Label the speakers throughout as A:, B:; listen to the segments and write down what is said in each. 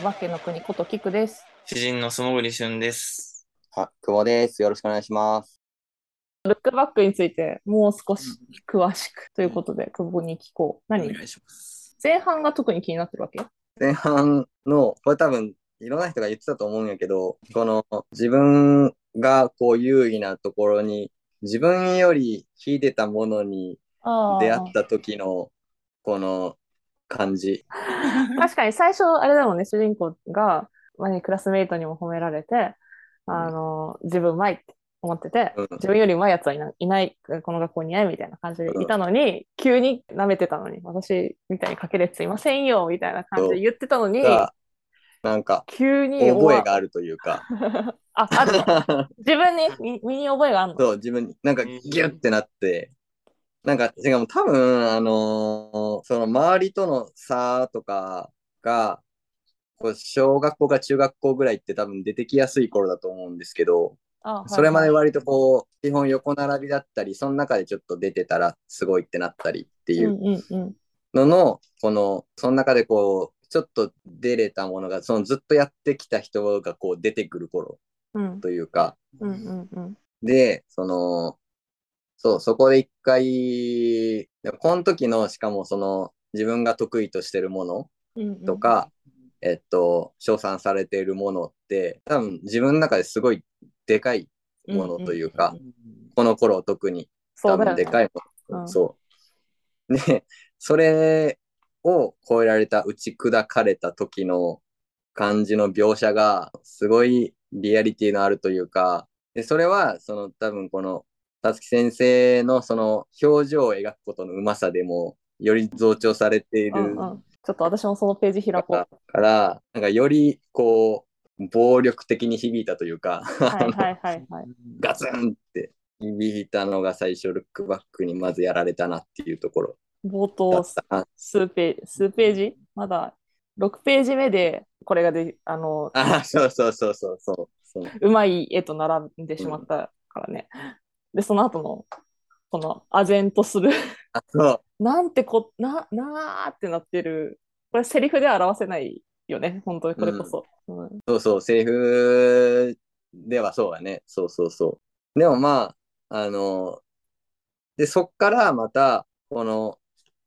A: お化けの国ことキクです。
B: 詩人の素潜り俊です。
C: あ、久保です。よろしくお願いします。
A: ルックバックについてもう少し詳しくということで、久保に聞こう。
B: お
A: 何
B: 願いします。
A: 前半が特に気になってるわけ
C: 前半の、これ多分、いろんな人が言ってたと思うんやけど、この自分がこう優位なところに、自分より引いてたものに
A: あ
C: 出会った時の、この感じ。
A: 確かに最初、あれだもんね、主人公が、まあねクラスメイトにも褒められて、あの、自分うまいって思ってて、
C: うん
A: 自分よりうまいやつはいない、いないこの学校にいないみたいな感じでいたのに、急に舐めてたのに、私みたいにかけれついませんよ、みたいな感じで言ってたのに、
C: が、なんか、
A: 急に、
C: 覚えがあるというか、
A: あ、あるの自分に 身身に覚えがあるの。
C: そう、自分に、なんかギュってなって、なんか、しかも多分、あのーその周りとの差とかが、こう小学校か中学校ぐらいって多分出てきやすい頃だと思うんですけど、
A: あはい
C: それまで割とこう、基本横並びだったり、その中でちょっと出てたらすごいってなったりっていううん
A: うんうん。
C: のの、この、その中でこう、ちょっと出れたものが、そのずっとやってきた人がこう出てくる頃
A: うん
C: というか、
A: うんうんうん。
C: で、その、そう、そこで一回、でもこの時の、しかもその、自分が得意としてるもの
A: うんうん
C: とか、えっと、称賛されているものって、多分自分の中ですごいでかいものというか、この頃特に、
A: そ
C: 多
A: うだよ
C: 分で
A: ね。
C: かいもの。
A: うん
C: そう。で、それを超えられた、打ち砕かれた時の感じの描写が、すごいリアリティのあるというか、で、それは、その多分この、たつき先生のその表情を描くことのうまさでも、より増長されている
A: うんうん。ちょっと私もそのページ開こ う。
C: から、なんかよりこう、暴力的に響いたというか、
A: はいはいはいはい。
C: ガツンって響いたのが最初、ルックバックにまずやられたなっていうところ
A: 冒
C: だ
A: 頭
C: ったな
A: 数ページ、数ページまだ6ページ目でこれがで、あの、
C: あ、そうそうそうそうそうそう。
A: うまい絵と並んでしまったからね。で、その後の、この、唖然とする。
C: あ、そう。
A: なんてこ、な、なーってなってる。これセリフでは表せないよね。本当にこれこそ。うん
C: そうそう。セリフではそうだね。そうそうそう。でもまあ、あの、で、そっからまた、この、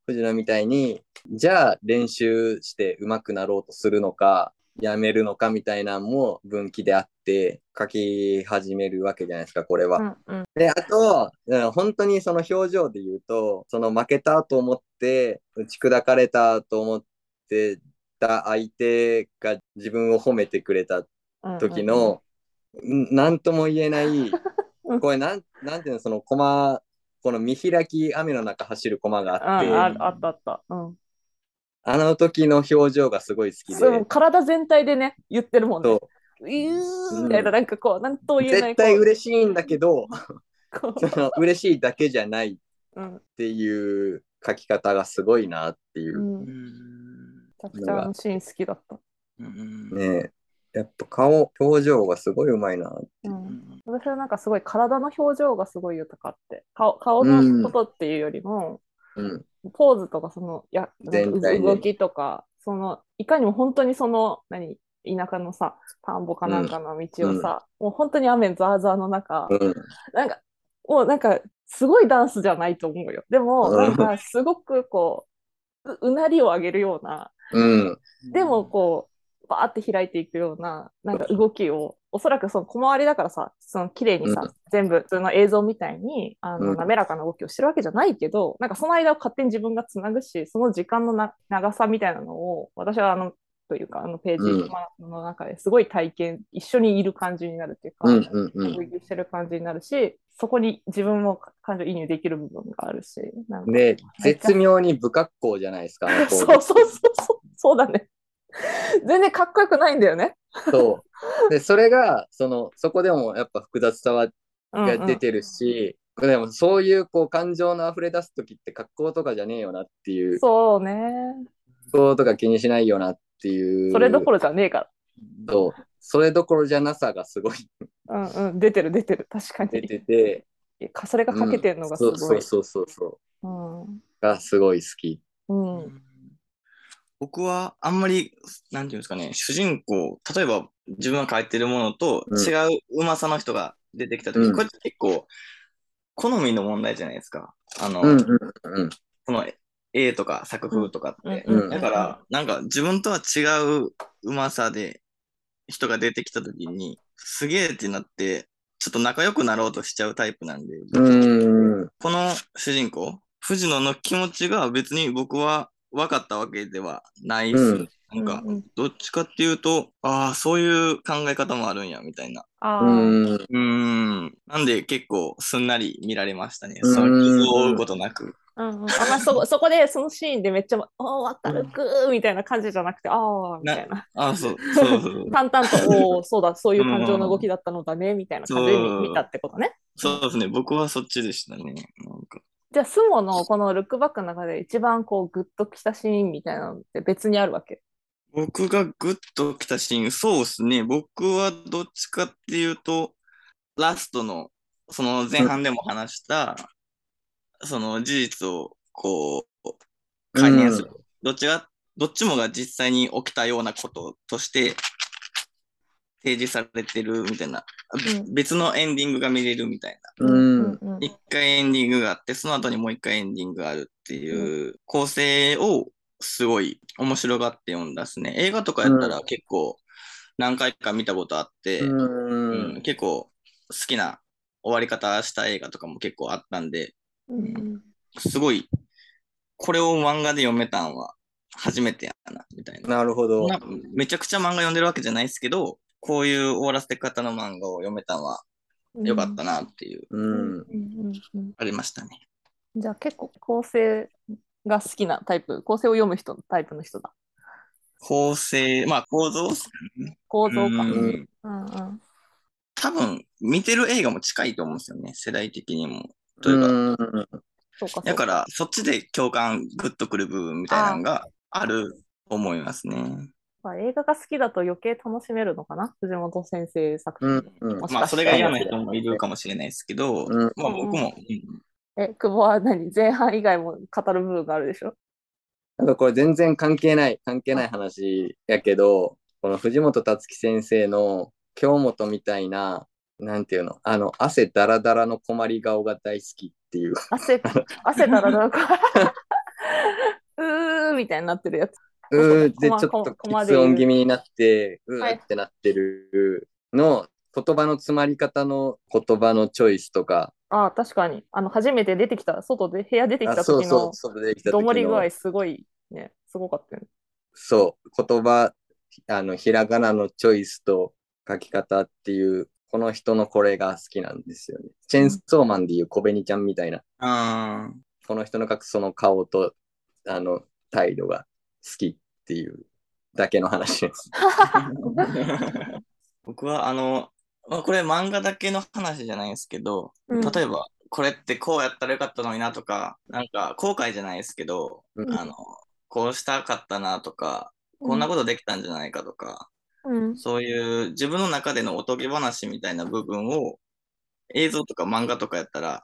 C: 藤野みたいに、じゃあ練習して上手くなろうとするのか、やめるのかみたいなんも分岐であって、書き始めるわけじゃないですか、これは。
A: うん
C: で、あと、うん本当にその表情で言うと、その負けたと思って、打ち砕かれたと思ってた相手が自分を褒めてくれた
A: うん
C: 時、の、んなんとも言えない、これなん、なんていうの、その駒、この見開き、雨の中走る駒が
A: うん
C: あって、
A: あ
C: あ
A: あったあった。うん、
C: の時の表情がすごい好きで、
A: そう体全体でね、言ってるもんね
C: そ。
A: うー
C: うん
A: みたいな、なんかこう、なんとも言えない。
C: 絶対
A: こ
C: 嬉しいんだけど、
A: うこ
C: その嬉しいだけじゃないっ
A: ううん。
C: ていう書き方がすごいなっていうう。
B: うん
A: め
B: ん
A: ちゃくちゃあのシーン好きだった。
B: うん
C: ねえ、やっぱ顔、表情がすごいうまいな。
A: うん、私はなんかすごい体の表情がすごい豊かって顔顔
C: うん
A: のことっていうよりも、
C: うん。
A: ポーズとかそのや
C: 全体で
A: 動きとかそのいかにも本当にその何田舎のさ田んぼかなんかの道をさ、もう本当に雨ザーザーの中、
C: うん。
A: なんかもうなんかすごいダンスじゃないと思うよでも
C: うん
A: なんかすごくこうううなりを上げるような
C: うん。
A: でもこうバーって開いていくようななんか動きをおそらくその小回りだからさその綺麗にさ、
C: うん
A: 全部普通の映像みたいにあの、
C: うん
A: 滑らかな動きをしてるわけじゃないけどなんかその間を勝手に自分がつなぐしその時間のな長さみたいなのを私はあのというかあのページ、
C: うん
A: まあの中ですごい体験一緒にいる感じになるっていうか。
C: うん。うん。う
A: 追求してる感じになるし、そこに自分も感情移入できる部分があるし、なんか
C: ん。で、絶妙に不格好じゃないですか、あの
A: そう
C: 子
A: そうそうそう、そうだね。全然かっこよくないんだよね。
C: そう。で、それが、その、そこでもやっぱ複雑さは
A: うんう
C: が
A: ん
C: 出てるし、でもそういうこう感情の溢れ出す時って格好とかじゃねえよなっていう、
A: そうね。
C: 格好とか気にしないよなっていう。
A: それどころじゃねえか
C: そう。それどころじゃなさがすごい
A: ら。うんうん、出てる出てる、確かに。
C: 出てて。
A: かそれ がかけてるのがすごい。
C: うんそうそうそうそうそう
A: うん。
C: がすごい好き。
A: うん。
B: 僕はあんまり、なんていうんですかね、主人公、例えば自分が書いてるものと
C: うん
B: 違ううまさの人が出てきたとき、
C: うん
B: これって結構、好みの問題じゃないですか。あの、
C: うんうんうん。
B: その絵とか作風とかって。
C: うんうん
B: だから、なんか自分とは違ううまさで人が出てきたときに、すげえってなって、ちょっと仲良くなろうとしちゃうタイプなんで、
C: うん。
B: この主人公、藤野の気持ちが別に僕は分かったわけではないし、
C: うん
B: なんか、
A: うんうん
B: どっちかっていうと、ああ、そういう考え方もあるんや、みたいな。
A: あ
C: う
A: ー
C: ん。
B: うーん。なんで結構すんなり見られましたね。
C: うん
B: その傷を負うことなく。
A: うんうん、あんまそ こそこでそのシーンでめっちゃ「おー明るく」みたいな感じじゃなくて「ああ」みたいな
B: ああ、そう、そうそう
A: 淡々と「 おおそうだそういう感情の動きだったのだね」みたいな感じで見
B: そう
A: 見たってことね。
B: そうですね。僕はそっちでしたね。なんか。
A: じゃあスモのこの「ルックバック」の中で一番こうグッときたシーンみたいなのって別にあるわけ。
B: 僕がグッときたシーン、そうですね。僕はどっちかっていうと、ラストの、その前半でも話した、その事実を、こう、解明する。どっちが、どっちもが実際に起きたようなこととして、提示されてるみたいな、
A: うん
B: 別のエンディングが見れるみたいな。
C: うん。
A: うん
B: 一回エンディングがあって、その後にもう一回エンディングがあるっていう構成をすごい面白がって読んだっすね。映画とかやったら結構何回か見たことあって、
C: う
B: うん
C: ん。
B: 結構好きな終わり方した映画とかも結構あったんで、
A: うんうん
B: すごいこれを漫画で読めたんは初めてやな、みたいな。
C: なるほど。
B: なめちゃくちゃ漫画読んでるわけじゃないですけど、こういう終わらせ方の漫画を読めたんは
A: うん
B: 良かったなっていう、
C: う
A: うん
C: ん。
A: うんうん
B: ありましたね。
A: じゃあ結構構成が好きなタイプ構成を読む人のタイプの人だ
B: 構成、まあ構造っす
A: 構造か。
B: うん
C: うん
A: うんうん
B: 多分、見てる映画も近いと思うんですよね、世代的にも。というか、
C: うん。
A: そうかそう
B: だから、そっちで共感、グッとくる部分みたいなのがあると思いますね。
A: まあ映画が好きだと余計楽しめるのかな藤本先生作
C: う
A: 品。
C: ん。うん
A: もし
B: まあ、
A: か
B: それ
A: したら
B: が嫌な人もいるかもしれないですけど、
C: うん
B: まあ、僕も、
A: え、久保は何前半以外も語る部分があるでしょ
C: なんかこれ全然関係ない、関係ない話やけど、この藤本達樹先生の京本みたいな、なんていうの、あの、汗だらだらの困り顔が大好きっていう。
A: 汗、汗だらだらこう。うーみたいになってるやつ。
C: うーで、ち
A: こま
C: ょっ
A: こま
C: と
A: こまで
C: 喫
A: 言う
C: 音気味になって、う
A: は
C: ー
A: い
C: ってなってるの、言葉の詰まり方の言葉のチョイスとか、
A: ああ、確かに。あの、初めて出てきた、外で、部屋出てき
C: あ
A: た
C: そう
A: 時
C: そう
A: の、
C: そう、できた時
A: ど
C: の
A: もり具合、すごい、ね、すごかったよね。
C: そう、言葉、あの、ひらがなのチョイスと書き方っていう、この人のこれが好きなんですよね。チェーンソーマンでいう小紅ちゃんみたいな、
B: うん、あー
C: この人の描くその顔と、あの、態度が好きっていうだけの話です。
B: 僕は、あの、まあ、これ漫画だけの話じゃないですけど、
A: うん
B: 例えば、これってこうやったらよかったのになとか、なんか後悔じゃないですけど、
C: うん
B: あの、こうしたかったなとか、こんなことできたんじゃないかとか、
A: うん。
B: そういう自分の中でのおとぎ話みたいな部分を映像とか漫画とかやったら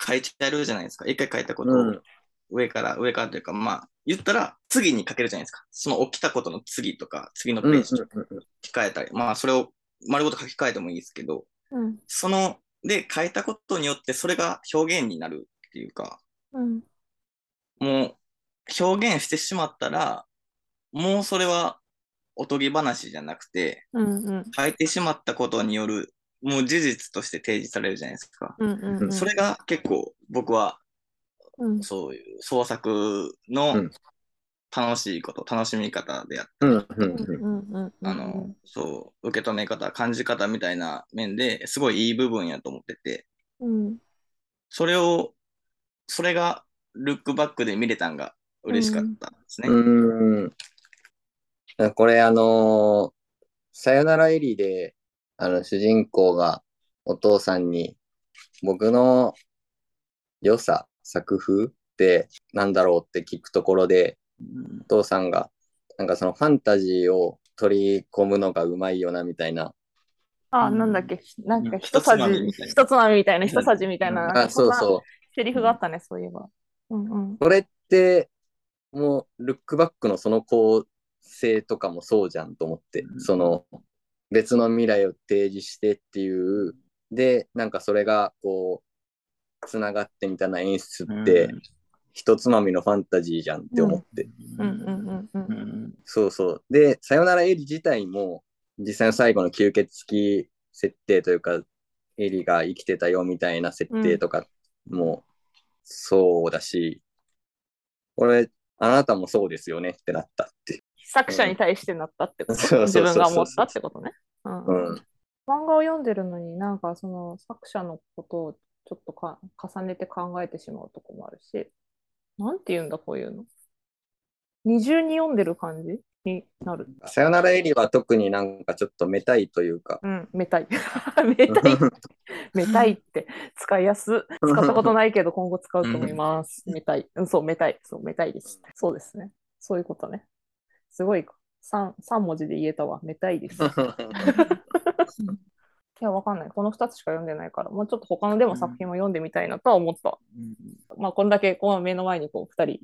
B: 書いちゃえるじゃないですか。一回書いたこと
C: う
B: を
C: ん
B: 上から、上からというか、まあ、言ったら次に書けるじゃないですか。その起きたことの次とか、次のペ
C: うん
B: ージとか書き換えたり、まあ、それを丸ごと書き換えてもいいですけど、
A: うん。
B: その、で、書いたことによってそれが表現になるっていうか、
A: うん。
B: もう表現してしまったら、もうそれはおとぎ話じゃなくて、
A: うん。うん。
B: 変えてしまったことによる、もう事実として提示されるじゃないですか。
A: うん。うん。うん。
B: それが結構僕は
A: うん。
B: そういう創作
C: う
B: の
C: ん
B: 楽しいこと、楽しみ方であっ
C: うんうんう
A: うん。うんん。うん。うん。
B: あの、そう、受け止め方、感じ方みたいな面ですごいいい部分やと思ってて、
A: うん。
B: それを、それがルックバックで見れたんが嬉しかったですね。
C: うん。うん。これあのーさよならエリーで、あの、主人公がお父さんに、僕の良さ、作風ってなんだろうって聞くところで、お父さんが、なんかそのファンタジーを取り込むのがうまいよな、みたいな。
A: あ、なんだっけ、なんか、
B: うん
A: ひとさ
B: ひとつまみ
A: じ、
B: みたいな
A: ひとつまみみたいな、ひとさじみたいな、
B: うん
A: なん
C: あ、
A: か
C: そ
A: そ
C: う
A: んな
C: そう。
A: セリフがあったね、そういえば。うんうん。
C: これって、もうルックバックのその構成とかもそうじゃんと思って、
B: うん
C: その別の未来を提示してっていうでなんかそれがこうつながってみたいな演出って、ひとつまみのファンタジーじゃんって思って、
A: うんうんうん
B: う
A: うんん。
C: そうそうで「さよならエリ」自体も実際の最後の吸血鬼設定というかエリが生きてたよみたいな設定とかもそうだし、これあなたもそうですよねってなったっていう
A: 作者に対してなったってこと、
C: そうそうそ
A: 自
C: うそう
A: 分が思ったってことね。うん
C: うん
A: 漫画を読んでるのになんかその作者のことをちょっとか重ねて考えてしまうとこもあるし、なんて言うんだこういうの。二重に読んでる感じになる。
C: さよならエリは特になんかちょっとめたいというか、
A: うん、めたい。 めた い。めたいって使いやす。使ったことない けど今後使うと思います。めたい。うん、そう、めたい。そう、めたいです。そうですね。そういうことね。すごい3、三文字で言えたわ。めたい です。 いや、わかんない。この2つしか読んでないから、もうちょっと他のでも作品も読んでみたいなとは思った。まあ、こんだけこう目の前にこう2人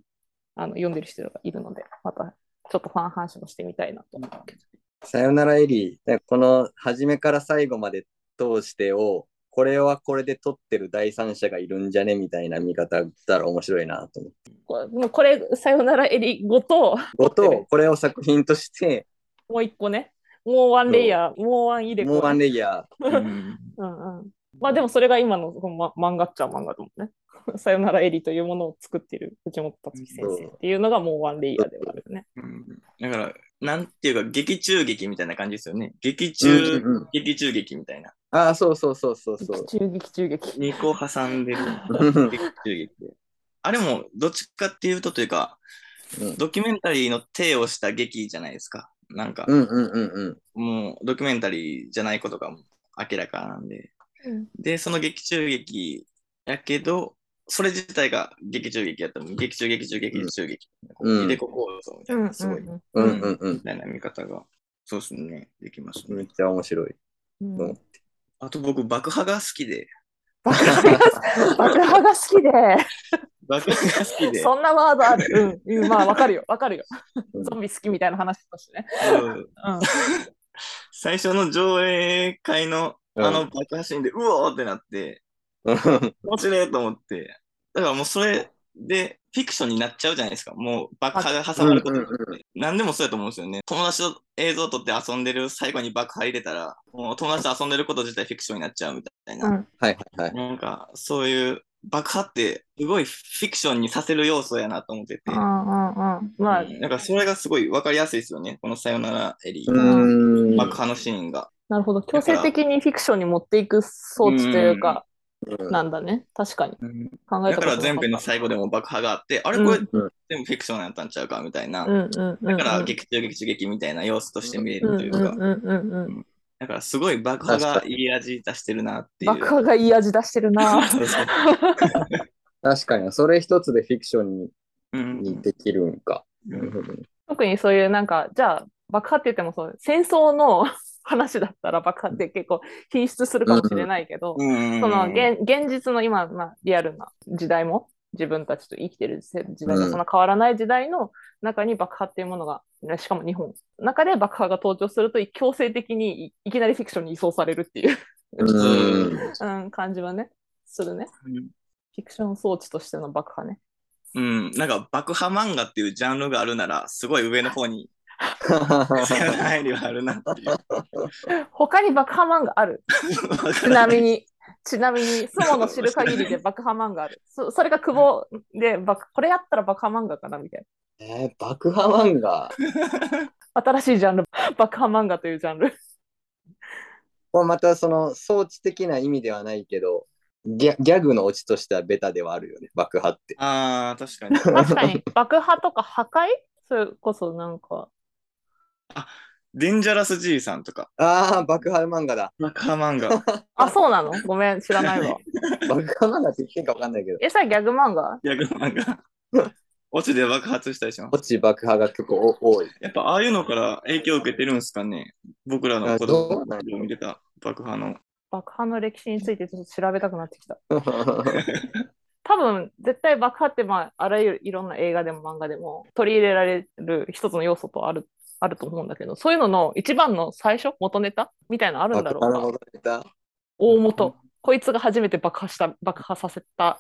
A: あの読んでる人がいるので、またちょっとファン話もしてみたいなと思うけど。
C: さよならエリー、この初めから最後まで通してを、これはこれで撮ってる第三者がいるんじゃねみたいな見方だったら面白いなと思って。
A: これもうこれ、さよならエリごと、
C: ご
A: 撮って
C: と
A: る、
C: これを作品として、
A: もう1個ね。もうワンレイヤー、もうワンイレコ、
C: もうワンレイヤ
A: うんうん。まあでもそれが今のこの、ま、漫画っちゃ漫画だもんね。 さよならエリというものを作っている藤本達樹先生っていうのがもうワンレイヤーではあるよね。
B: だから、なんていうか、劇中劇みたいな感じですよね。劇
C: ー。
B: 中、
C: うんうん
B: 劇中劇みたいな。
C: ああ、そうそうそうそうそう。
A: 劇中劇中劇。
B: 2個挟んでる。
C: うん
B: 劇中劇で。あれも、どっちかっていうとというか、
C: うん
B: ドキュメンタリーの手をした劇じゃないですか。なんか、
C: うんうんうん
B: もうドキュメンタリーじゃないことが明らかなんで。で、その劇中劇やけど、それ自体が劇中劇やったのに劇中劇中劇中劇。
C: うん
B: 入れ子構造みたいな、すごい、み
C: うん。うんうんうん。
B: たいな見方が、そうですね、できました
C: めっ
B: ね。
C: ちゃ面白い。
A: うんうん
B: あと僕、爆破が好きで、
A: 爆破が爆破が好きで、
B: 爆破が好きで、
A: そんなワードある。うん、うん、まあわかるよ、わかるよ。
C: うん
A: ゾンビ好きみたいな話だしね。
B: うん 最初の上映会のあの爆破シーンで、うおーってなって、面白いと思って、だからもうそれで、フィクションになっちゃうじゃないですか。もう爆破が挟まることによって
C: うんうんう
B: 何でもそうやと思うんですよね。友達と映像撮って遊んでる、最後に爆破入れたら、もう友達と遊んでること自体フィクションになっちゃうみたいな。
A: うん
C: はいはいはい。
B: なんか、そういう爆破って、すごいフィクションにさせる要素やなと思ってて。
A: うんうんうん。まあ、
B: なんか、それがすごい分かりやすいですよね。このさよならエリー
C: う
B: の
C: ーん。
B: 爆破のシーンが。
A: なるほど。強制的にフィクションに持っていく装置というか、
C: うん
A: なんだね。確かに。考
B: だ
A: えたこ
B: か
A: とな
B: ら、
A: った
B: 全編の最後でも爆破があって、あれこれ
A: うん
C: うん
B: 全部フィクションやったんちゃうかみたいな。
A: うんうんうんう
B: だ
A: ん。
B: から、劇中劇中劇みたいな要素として見え
A: う
B: る
A: ん
B: といううか
A: ん。うんうんうん。
B: だから、すごい爆破がいい味出してるなっていう。
A: 爆破がいい味出して るな。
B: そうそう
C: 確かに、それ一つでフィクションに
B: うん
C: にできるんか。
B: うん
C: なるほどね
A: 特にそういうなんか、じゃあ爆破って言ってもそう、戦争の 話だったら爆破って結構品質するかもしれないけど、
B: うん
A: その現現実の今、まあ、リアルな時代も自分たちと生きてる時代
C: う
A: が
C: ん
A: そんな変わらない時代の中に爆破っていうものが、ねしかも日本の中で爆破が登場すると強制的にいいきなりフィクションに移送されるっていう、
C: うーん。
A: うん、感じはねするねフィクション装置としての爆破ね
B: うん、なんか爆破漫画っていうジャンルがあるなら、すごい上の方 にさよならエリはあるなって いう。
A: 他に爆破漫画あるちなみに、 ちなみに、相撲の知る限りで爆破漫画ある。そそれが久保で爆、これやったら爆破漫画かなみたい
C: えー爆破漫画。
A: な。新しいジャンル、爆破漫画というジャンル。
C: これまたその装置的な意味ではないけど、ギャギャグのオチとしてはベタではあるよね、爆破って。
B: ああ、確かに。
A: 確かに、爆破とか破壊それこそなんか、
B: デンジャラス爺さんとか、
C: ああ、爆破漫画だ。
B: 爆破漫画。
A: あ、そうなのごめん、知らないわ。
C: 爆破漫画って言ってんか分かんないけど、
A: え、それギャグ漫画
B: ギャグ漫画。オチで爆発したりしま
C: オ
B: す。
C: チ爆破が結構多い。
B: やっぱああいうのから影響を受けてるんですかね。僕らの子
C: あそ
B: 供
C: うなんだ
B: を見てた爆破の。
A: 爆破の歴史についてちょっと調べたくなってきた。多分絶対爆破って、まあ、あらゆるいろんな映画でも漫画でも取り入れられる一つの要素とあるあると思うんだけどそういうのの一番の最初元ネタみたいなのあるんだろ
C: あなる
A: う
C: ほ
A: な
C: どネタ
A: 大元こいつが初めて爆破した爆破させた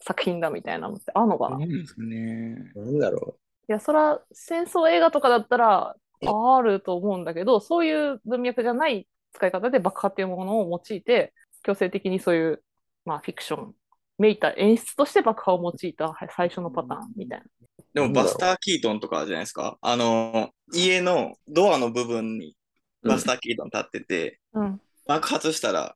A: 作品だみたいなのってあるのかな、い
B: んですかね。
C: なんだろ
A: やそら戦争映画とかだったらあると思うんだけどそういう文脈じゃない使い方で爆破っていうものを用いて強制的にそういう、まあ、フィクションめいた演出として爆破を用いたはい最初のパターンみたいな。
B: でもバスター・キートンとかじゃないですか。あの、家のドアの部分に
C: う。
B: バスター・キートン立ってて、
A: うん、
B: 爆発したら、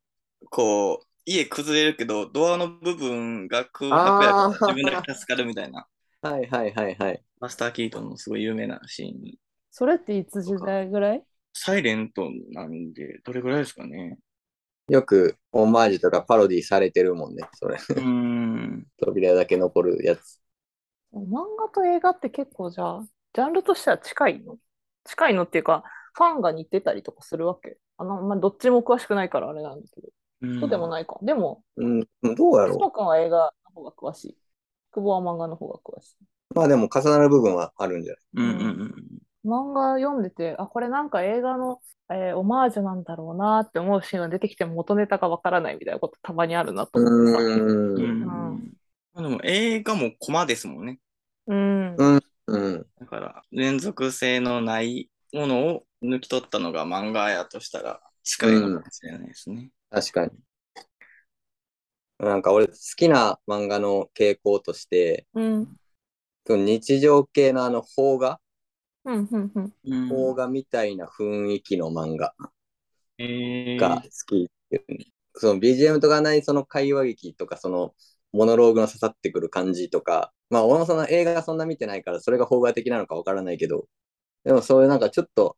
B: こう、家崩れるけど、ドアの部分が空白やから
C: あー
B: 自分だけ助かるみたいな。
C: はいはいはいはい。
B: バスター・キートンのすごい有名なシーン。
A: それっていつ時代ぐらい
B: サイレントなんで、どれぐらいですかね。
C: よくオマージュとかパロディされてるもんね。それ。
B: うーん。
C: 扉だけ残るやつ。
A: 漫画と映画って結構じゃあジャンルとしては近いの近いのっていうかファンが似てたりとかするわけあの、まあ、どっちも詳しくないからあれなんだけどそうでも
B: い。
A: ないか、でも
C: うん、どうや
A: 須
C: ろ。
A: 藤君は映画の方が詳しい久保は漫画の方が詳しいう
C: まあでも重なる部分はあるんじゃ
B: うんうんうん。
A: 漫画読んでてあこれなんか映画の、えーオマージュなんだろうなって思うシーンが出てきても元ネタがわからないみたいなことたまにあるなと
C: ない。
A: 思ってさ
C: う
B: うん
C: ん。
B: うんまあでも映画もコマですもんね。
A: うん
C: うん。
B: だから連続性のないものを抜き取ったのが漫画やとしたら近いのかもしれないですね。
C: 確かに。なんか俺好きな漫画の傾向として、
A: うん
C: 日常系のあの邦画、
A: うんうんうん
B: うん
C: 邦画みたいな雰囲気の漫画
B: えー
C: が好きっていうねその BGM とかないその会話劇とかそのモノローグの刺さってくる感じとか、まあ俺もその映画そんな見てないからそれが邦画的なのかわからないけど、でもそういうなんかちょっと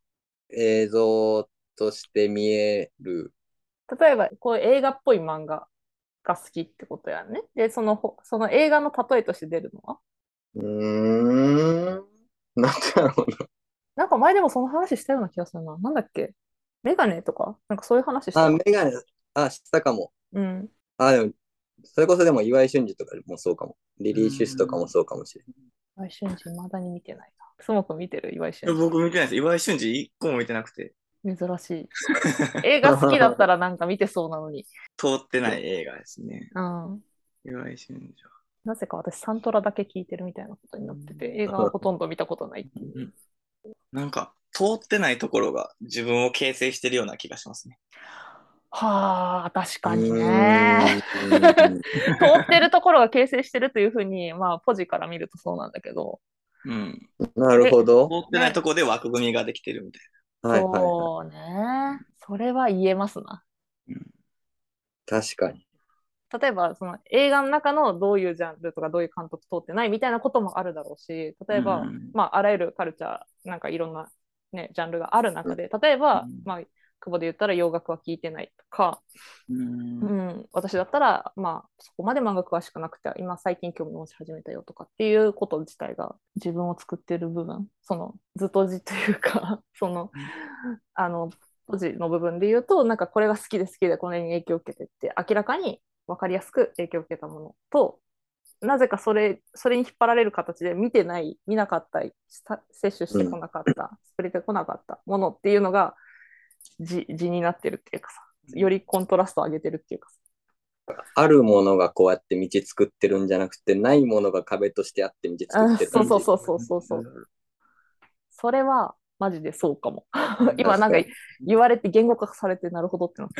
C: 映像として見える。
A: 例えばこういう映画っぽい漫画が好きってことやね。で、そのほその映画の例えとして出るのは
C: うーん。なんだろう
A: なんか前でもその話したような気がするな。なんだっけメガネとかなんかそういう話し
C: な。
A: た
C: あ、。メガネ、あ、したかも。
A: うん。
C: あ、でも、それこそでも岩井俊二とかもそうかも。リリー・シュスとかもそうかもしれない。
A: 岩井俊二、未だに見てないな。すもくん見てる岩井
B: いや
A: 俊
B: 僕見てないです。岩井俊二一個も見てなくて、
A: 二。珍しい。映画好きだったらなんか見てそうなのに。
B: 通ってない映画ですね。
A: うん。
B: 岩井俊
A: なぜか私サントラだけ聞いてるみたいなことになってて、映画はほとんど見たことないっていう。
B: 二は。なんか、通ってないところが自分を形成してるような気がしますね。
A: はあ、確かに
C: う
A: ね。
C: ーん。
A: 通ってるところが形成してるというふうに、まあ、ポジから見るとそうなんだけど、
B: うん。
C: なるほ
B: 通
C: ど。
B: ってないところで枠組みができてるみたい
C: はいはいはい。
A: そうね。それは言えますな。
C: 確かに。
A: 例えば、その映画の中のどういうジャンルとかどういう監督通ってないみたいなこともあるだろうし、例えば、
B: うん
A: まあ、あらゆるカルチャー、なんかいろんな、ね、ジャンルがある中で、例えば、
B: うん
A: まあ、久保で言ったら洋楽は聴いてないとか、
B: な。う
A: う
B: ん
A: ん、私だったら、まあ、そこまで漫画詳しくなくて、今最近興味持ち始めたよとかっていうこと自体が自分を作ってる部分、そのずっとじというか、 その、あの、ポジの部分で言うと、なんかこれが好きで好きでこれに影響を受けてって、明らかに分かりやすく影響を受けたものと、なぜかそれ、それに引っ張られる形で見てない、見なかった、した摂取してこなかった、触れてこなかったものっていうのが、字字になってるっていうかさ、よりコントラストを上げてるっていうかさ、
C: あるものがこうやって道作ってるんじゃなくて、ないものが壁としてあって道作ってる。
A: あそうそうそうそうそうそう。それはマジでそうかも。今なんか言われて言語化されてなるほどってなっ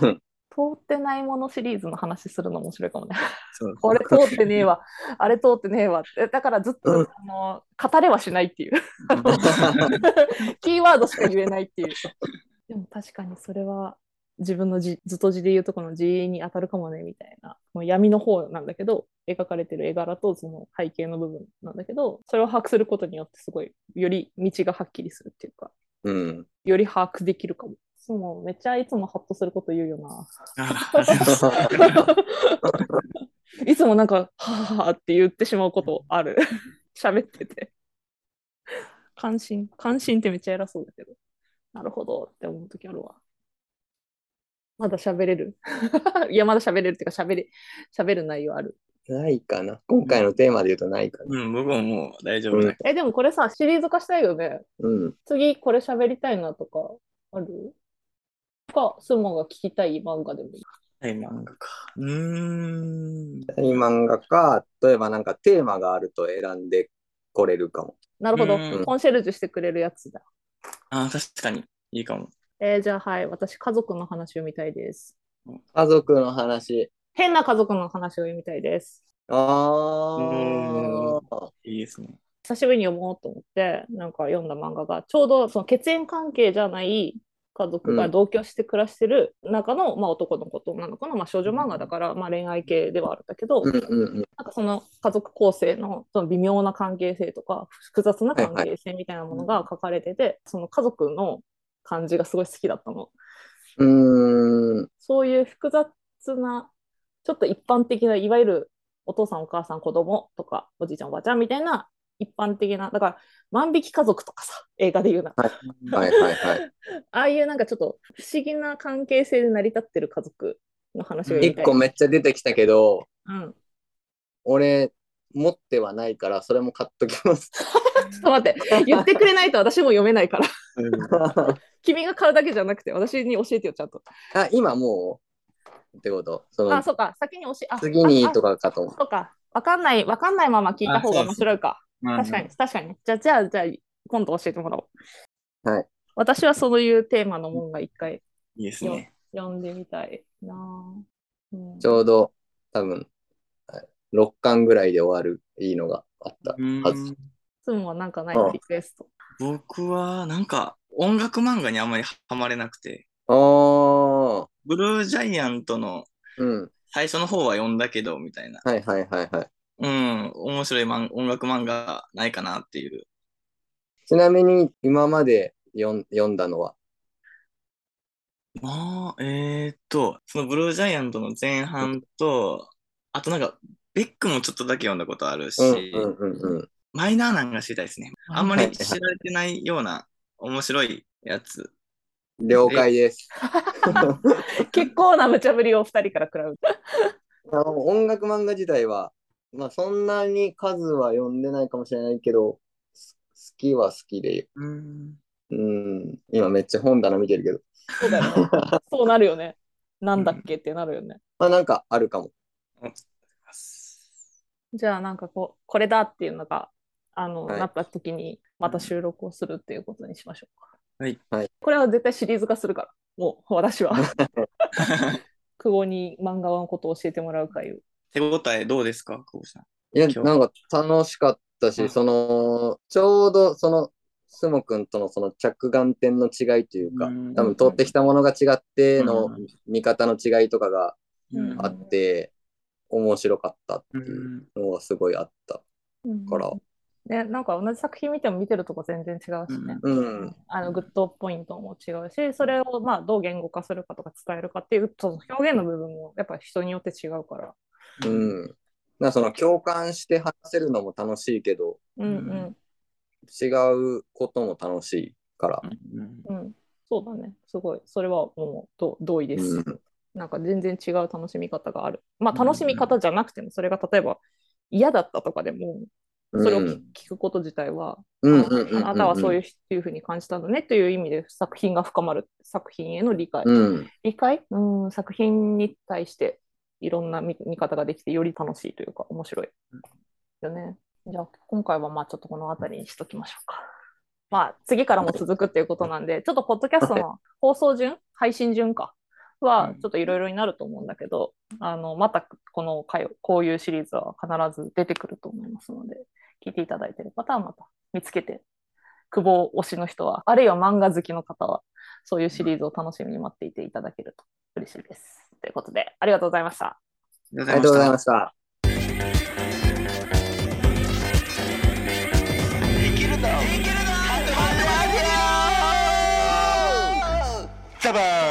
A: て。
C: うん。
A: 通ってないものシリーズの話するの面白いかもね。
B: そう
A: これ通ってねえわ、あれ通ってねえわって。だからずっと、
C: うん
A: あの語れはしないっていう。キーワードしか言えないっていう。 でも確かにそれは自分の字ずと字で言うとこの字に当たるかもねみたいな。もう闇の方なんだけど、描かれてる絵柄とその背景の部分なんだけど、それを把握することによってすごいより道がはっきりするっていうか、
C: うん。
A: より把握できるかも。そうめっちゃいつもハッとすること言うよな。
B: あありがとうございます
A: いつもなんか、はぁはぁって言ってしまうことある。 喋ってて。関心、関心ってめっちゃ偉そうだけど、なるほどって思うときあるわ。 まだ喋れる。いや、まだ喋れるっていうか、喋れ、喋る内容ある。
C: ないかな。今回のテーマで言うとないかな。
B: うん、僕ももう大丈夫だ。
A: え、でもこれさ、シリーズ化したいよね。
C: うん。
A: 次これ喋りたいなとか、あるか、スモが聞きたい漫画でもいい。
B: はい、漫画か。うーん。
C: いい漫画か、例えばなんかテーマがあると選んでこれるかも。
A: なるほど、
B: うん
A: コンシェルジュしてくれるやつだ。
B: あー、確かに。いいかも。
A: えーじゃあはい、私、家族の話を読みたいです。
C: 家族の話。
A: 変な家族の話を読みたいです。
C: ああ。
B: いいですね。
A: 久しぶりに読もうと思って、なんか読んだ漫画が、ちょうどその血縁関係じゃない家族
C: う
A: が
C: ん
A: 同居して暮らしてる中の、まあ、男の子と女の子の、まあ、少女漫画だから、まあ、恋愛系ではあるんだけど、
C: うんうん
A: なんかその家族構成のその微妙な関係性とか複雑な関係性みたいなものが書かれてて、その家族の感じがすごい好きだったの。
C: うん。うーん。
A: そういう複雑なちょっと一般的ないわゆるお父さんお母さん子供とかおじいちゃんおばあちゃんみたいな一般的なだから万引き家族とかさ 映画で言うな
C: はいはいはい。
A: ああいうなんかちょっと不思議な関係性で成り立ってる家族の話を読みた い。
C: 一個めっちゃ出てきたけど、
A: うん、
C: 俺、持ってはないから、それも買っときます。
A: ちょっと待って言ってくれないと私も読めないから
B: うん
A: 君が買うだけじゃなくて私に教えてよちゃんと。
C: あ、今もうってことその
A: あ、そうか。先に教え、あ、
C: 次に
A: ああ
C: とかかと思う。
A: そうか。わかんない、わかんないまま聞いた方が面白いか。確かに、確かに。じゃあ、じゃあ、じゃあ、今度教えてもらおう。
C: はい。
A: 私はそういうテーマのもんが一回
B: いいですね。
A: 読んでみたいなぁ、うん
C: ちょうど多分6巻ぐらいで終わるいいのがあっ
B: う
C: たは
B: ー
C: ず
B: ん。
A: 質問はなんかない
C: うん
A: リクエスト。
B: 僕は、なんか、音楽漫画にあんまりハマれなくて、
C: ああ、
B: ブルージャイアントの
C: うん。
B: 最初の方は読んだけど、みたいな。
C: はいはいはいはい。
B: うん、面白いマン音楽漫画ないかなっていう。
C: ちなみに今まで読ん読んだのは。
B: まあ、えーっと、そのブルージャイアントの前半と、あとなんか、ベックもちょっとだけ読んだことあるし、
C: うんうんうんうん。
B: マイナーなんか知りたいですね。あんま
C: は
B: り
C: いはい
B: 知られてないような面白いやつ。
C: 了解 です。
A: 結構な無茶ぶりを二人から 食らう。
C: あの音楽漫画自体は、まあそんなに数は読んでないかもしれないけど、す好きは好きで、
B: うん。
C: うん、今めっちゃ本棚見てるけど、
A: そうだよね。そうなるよね。なんだっけってなるよね。
C: まあなんかあるかも。
A: じゃあ、なんかこう、これだっていうのが、あの、
C: はい
A: なった時に、また収録をするっていうことにしましょうか。
B: はい。
C: はい
A: これは絶対シリーズ化するから、もう、私 は。久保に漫画のことを教えてもらう会を。
B: 手応えどうですか、久保さん。
C: いや、
B: 今日
C: なんか楽しかった
B: うん
C: し、その、ちょうどその、すもくんとのその着眼点の違いというか、
B: うん
C: 多分通ってきたものが違って
B: う
C: の
B: ん
C: 見方の違いとかが
A: うん
C: あって、面白かったっていうのがすごいあったから。
A: ね、なんか同じ作品見ても見てるとこ全然違うしね。
C: うん。
A: あのグッドポイントも違うし、それをまあどう言語化するかとか伝えるかっていうその表現の部分もやっぱ人によって違うから。
C: うん。なんかその共感して話せるのも楽しいけど、
A: うんうん
C: 違うことも楽しいから。
B: うん
A: うん。そうだね。すごい。それはもうど同意です。
C: うん
A: なんか全然違う楽しみ方がある。まあ楽しみ方じゃなくても、それが例えば嫌だったとかでも、
C: う
A: そ
C: ん
A: れを聞聞くこと自体は
C: うん
A: あ
C: うんうんうん
A: あなたはそういういうふうに感じたのねという意味で作品が深まる作品への理解、
C: うん。
A: 理解うん作品に対していろんな見見方ができてより楽しいというか面白いよねじゃあ今回はまあちょっとこの辺りにしときましょうかまあ次からも続くっていうことなんでちょっとポッドキャストの放送順配信順か
B: う
A: は
B: ん
A: ちょっといろいろになると思うんだけど、あのまたこの回をこういうシリーズは必ず出てくると思いますので聞いていただいている方はまた見つけて久保推しの人はあるいは漫画好きの方はそういうシリーズを楽しみに待っていていただけると嬉しいです。ということでありがとうございました。
B: あり
C: ありがとうございました。
B: した。
D: ザバーン